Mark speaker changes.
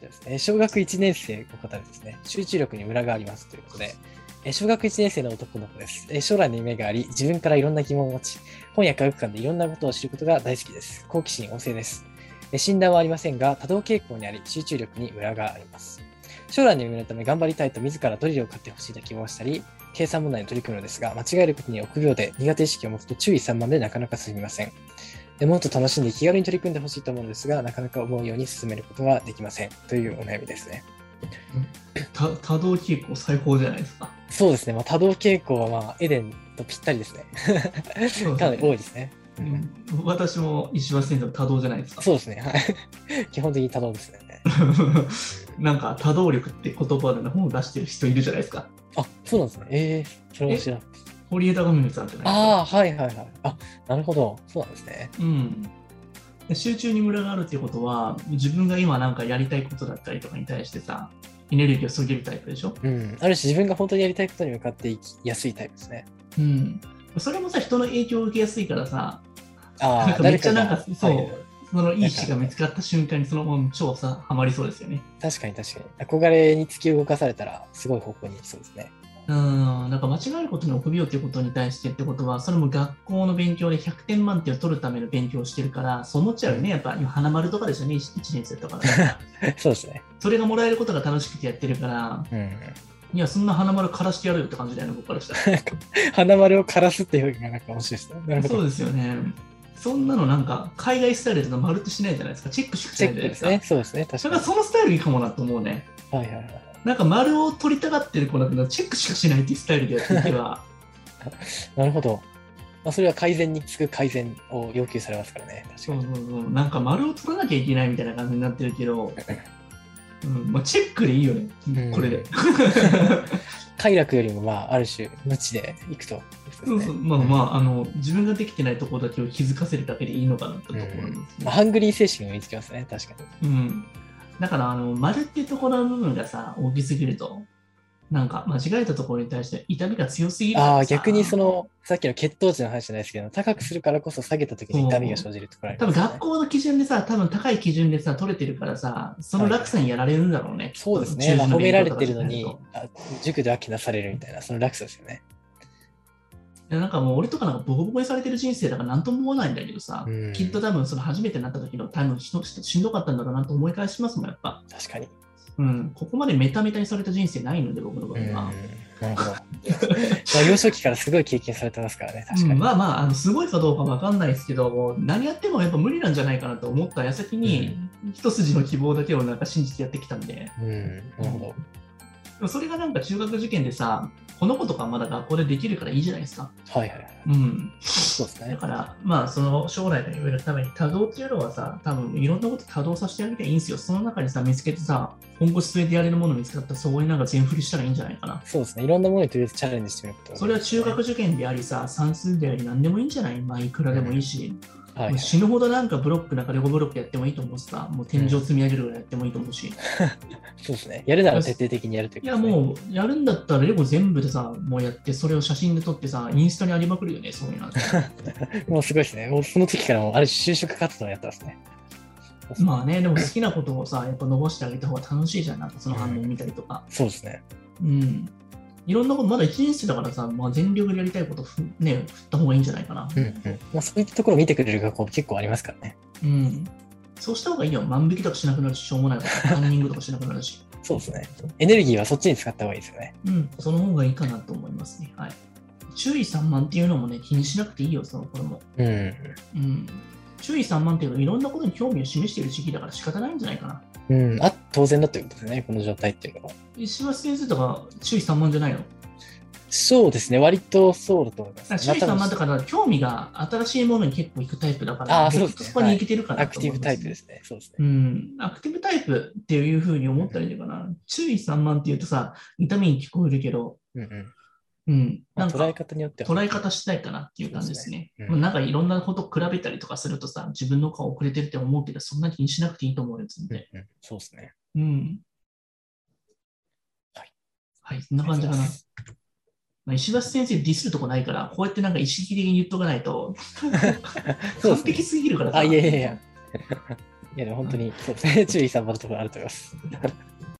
Speaker 1: ですね。小学1年生の方ですね。集中力にムラがありますということで、え小学1年生の男の子です。え将来の夢があり、自分からいろんな疑問を持ち、本や科学館でいろんなことを知ることが大好きです。好奇心旺盛です。え診断はありませんが、多動傾向にあり、集中力にムラがあります。将来の夢のため頑張りたいと自らドリルを買ってほしいと希望したり、計算問題に取り組むのですが、間違えることに臆病で苦手意識を持つと注意散漫でなかなか進みません。えもっと楽しんで気軽に取り組んでほしいと思うのですが、なかなか思うように進めることはできません。というお悩みですね。
Speaker 2: た多動傾向最高じゃないですか。
Speaker 1: そうですね、まあ、多動傾向は、まあ、エデンとぴったりですね。
Speaker 2: そう
Speaker 1: かな
Speaker 2: で
Speaker 1: り
Speaker 2: す
Speaker 1: 多
Speaker 2: ね
Speaker 1: いですね。
Speaker 2: うん私も石橋先生も多動じゃないですか。
Speaker 1: そうですね。はい。 基本的に多動ですね。
Speaker 2: なんか多動力って言葉で本を出してる人いるじゃないですか。
Speaker 1: あ、そうなんですね。ええそれも知らん。
Speaker 2: 堀江貴文さんじゃないですか。
Speaker 1: ああ、はいはいはい。あ、なるほど。そうなんですね。
Speaker 2: うんで集中にムラがあるっていうことは自分が今なんかやりたいことだったりとかに対してさエネルギーを削げるタイプでしょ、
Speaker 1: うん。ある種自分が本当にやりたいことに向かっていきやすいタイプですね。
Speaker 2: うん、それもさ人の影響を受けやすいからさ
Speaker 1: ああ、
Speaker 2: なんかめっちゃ
Speaker 1: 誰
Speaker 2: なん
Speaker 1: が
Speaker 2: かそう、
Speaker 1: はい
Speaker 2: そのいい詩が見つかった瞬間にそのまま超さハマりそうですよね
Speaker 1: 確かに確かに。憧れに突き動かされたら、すごい方向に行きそうですね。
Speaker 2: うんなんか間違えることに臆病っていうことに対してってことはそれも学校の勉強で100点満点を取るための勉強をしてるからそう思っちゃうよねやっぱ今花丸とかですよね1年生とかだから
Speaker 1: そうです ね。
Speaker 2: それがもらえることが楽しくてやってるから
Speaker 1: うん。
Speaker 2: いやそんな花丸枯らしてやるよって感じだよね僕からしたら
Speaker 1: 花丸を枯らすっていう表現がなんか面白いですね。なるほど。
Speaker 2: そうですよね。そんなのなんか海外スタイルとかまるっとしないじゃないですか。チェックしかし
Speaker 1: チ
Speaker 2: な
Speaker 1: ェ
Speaker 2: い
Speaker 1: ッ
Speaker 2: じ
Speaker 1: ク
Speaker 2: ゃないで
Speaker 1: ですすね。そ
Speaker 2: か。
Speaker 1: うですね。確
Speaker 2: そ
Speaker 1: か
Speaker 2: れがそのスタイルいいかもなと思うね。
Speaker 1: に。はいはいはい。
Speaker 2: なんか丸を取りたがってる子だからチェックしかしないっていうスタイルでやっていけば、
Speaker 1: なるほど。まあ、それは改善につく改善を要求されますからね。確か
Speaker 2: そう
Speaker 1: に。
Speaker 2: そうそう、なんか丸を取らなきゃいけないみたいな感じになってるけど、うんまあ、チェックでいいよね
Speaker 1: う、ん
Speaker 2: これで。
Speaker 1: 快楽よりも、まあ、ある種、無知でいくと、
Speaker 2: そうそうまあまああの、自分ができてないところだけを気づかせるだけでいいのかなってところなんですね
Speaker 1: まあハングリー精神を見つけますね。確かに。
Speaker 2: うん、だからあの丸っていうところの部分がさ大きすぎるとなんか間違えたところに対して痛みが強すぎる
Speaker 1: ああ、逆にそ
Speaker 2: の
Speaker 1: の、さっきの血糖値の話じゃないですけど、高くするからこそ下げた時に痛みが生じるところあり
Speaker 2: 多
Speaker 1: ま
Speaker 2: 分
Speaker 1: すね
Speaker 2: 学校の基準でさ多分高い基準でさ取れてるからさその落差にやられるんだろうね、
Speaker 1: そうですね。まあ、
Speaker 2: 中
Speaker 1: 褒め
Speaker 2: 心
Speaker 1: られ
Speaker 2: 勉強
Speaker 1: て
Speaker 2: とか
Speaker 1: る
Speaker 2: じゃ
Speaker 1: の
Speaker 2: ないと
Speaker 1: に、あ塾ではけなされるみたいな、その落差ですよね。
Speaker 2: いやなんかもう俺とかなんかボコボコにされてる人生だから何とも思わないんだけどさ、
Speaker 1: うん
Speaker 2: きっと多分その初めてなった時の多分しのしんどかったんだろうなと思い返しますもんやっぱ、
Speaker 1: 確かに。
Speaker 2: うん、ここまでメタメタにされた人生ないので僕の場合
Speaker 1: うん。な
Speaker 2: は。
Speaker 1: る ほど。まあ、幼少期からすごい経験されてますからね。確か
Speaker 2: うん
Speaker 1: に。
Speaker 2: まあまああのすごいかどうかわかんないですけどもう何やってもやっぱ無理なんじゃないかなと思った矢先に、一筋の希望だけをなんか信じてやってきたんでで
Speaker 1: うん。なるほど。
Speaker 2: もそれがなんか中学受験でさこの子とかまだ学校でできるからいいじゃないですか、
Speaker 1: はいはいはい。
Speaker 2: うん、
Speaker 1: そうです
Speaker 2: だ
Speaker 1: ね。
Speaker 2: からまあその将来の夢のために多動っていうのはさ多分いろんなこと多動させてあげていいんですよその中にさ見つけてさ今後進めてやれるもの見つかったらそこになんか全振りしたらいいんじゃないかな
Speaker 1: そうですね。いろんなものにとりあえずチャレンジしてみること、
Speaker 2: それは中学、受験でありさ算数であり何でもいいんじゃないまあいくらでもいいし、
Speaker 1: は
Speaker 2: も、
Speaker 1: いう
Speaker 2: 死ぬほどなんかブロックなんかレゴブロックやってもいいと思うしさ、もう天井積み上げるぐらいやってもいいと思うし、
Speaker 1: そうですね。やるなら徹底的にやるという
Speaker 2: い
Speaker 1: こ
Speaker 2: や
Speaker 1: とですね、う。
Speaker 2: もうやるんだったらレゴ全部でさ、もうやってそれを写真で撮ってさ、インスタにありまくるよね、そうい うの。
Speaker 1: もうすごいですね。もうその時からもうある種就職活動をやってますね。
Speaker 2: まあね、でも好きなことをさ、やっぱ伸ばしてあげた方が楽しいじゃん、なんかその反応見たりとか。
Speaker 1: そうですね。
Speaker 2: うん。いろんなこと、まだ1年生だからさ、まあ、全力でやりたいことふね、振った方がいいんじゃないかな。
Speaker 1: うんうん。まあそういったところを見てくれる学校結構ありますからね。
Speaker 2: うん。そうした方がいいよ。万引きとかしなくなるし、しょうもないから、ランニングとかしなくなるし。
Speaker 1: そうですね。エネルギーはそっちに使った方がいいですよね。
Speaker 2: うん、その方がいいかなと思いますね。はい。注意散漫っていうのもね、気にしなくていいよ、その頃も。
Speaker 1: う
Speaker 2: うん。注意散漫っていうのは、いろんなことに興味を示している時期だから仕方ないんじゃないかな。
Speaker 1: ん。うん。あ、当然だということですね。この状態っていうのは。
Speaker 2: 石橋先生とか、注意散漫じゃないの
Speaker 1: そうですね。割とそうだと思います。
Speaker 2: 注意散漫と
Speaker 1: ま
Speaker 2: か、だから興味が新しいものに結構行くタイプだから、
Speaker 1: あーそうですね
Speaker 2: 結局そこに行けてるか
Speaker 1: た
Speaker 2: な。
Speaker 1: アクティブタイプですすね。そうです
Speaker 2: う
Speaker 1: ね。
Speaker 2: ん、アクティブタイプっていうふうに思ったらいいのかな。注意散漫っていうとさ、痛みに聞こえるけど、
Speaker 1: うんうん。
Speaker 2: うん、
Speaker 1: ま
Speaker 2: な
Speaker 1: あ
Speaker 2: んか
Speaker 1: 捉え方によっては。
Speaker 2: 捉え方次第かなっていう感じですね。
Speaker 1: そうですね
Speaker 2: ま
Speaker 1: うん
Speaker 2: あなんかいろんなこと比べたりとかするとさ、自分の顔遅れてるって思うけど、そんな気にしなくていいと思うんですん
Speaker 1: うん
Speaker 2: で。
Speaker 1: うん。そうですね。
Speaker 2: うん。
Speaker 1: はい。
Speaker 2: はい、そんな感じかな。まあ、石橋先生ディスるとこないから、こうやってなんか意識的に言っとかないと、
Speaker 1: そう
Speaker 2: 完
Speaker 1: ですね
Speaker 2: 璧すぎるから さ
Speaker 1: あ、いやいやいや。 いや、でも本当に、そうですね。注意散漫のところあると思います。